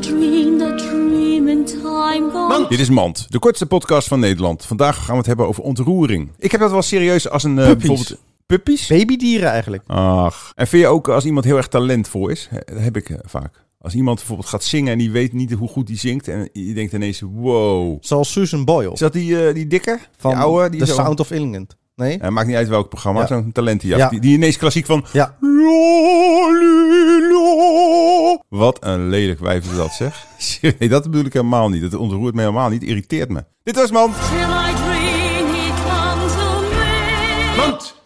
dream that dream in time gone. Dit is Mand, de kortste podcast van Nederland. Vandaag gaan we het hebben over ontroering. Ik heb dat wel serieus als een... eh, Puppies. bijvoorbeeld Puppies? Babydieren eigenlijk. Ach. En vind je ook als iemand heel erg talentvol is? He- Dat heb ik eh, vaak. Als iemand bijvoorbeeld gaat zingen en die weet niet hoe goed die zingt. En je denkt ineens, wow. Zoals Susan Boyle. Is dat die, eh, die dikke? Van die oude? Die The zo- Sound of England. Nee? Eh, maakt niet uit welk programma. Ja. Zo'n talentenjacht. Ja. Die, die ineens klassiek van... Ja. Lolilo. Wat een lelijk wijf is dat, zeg. Nee, dat bedoel ik helemaal niet. Dat ontroert me helemaal niet. Irriteert me. Dit was man. Till I dream he comes to me.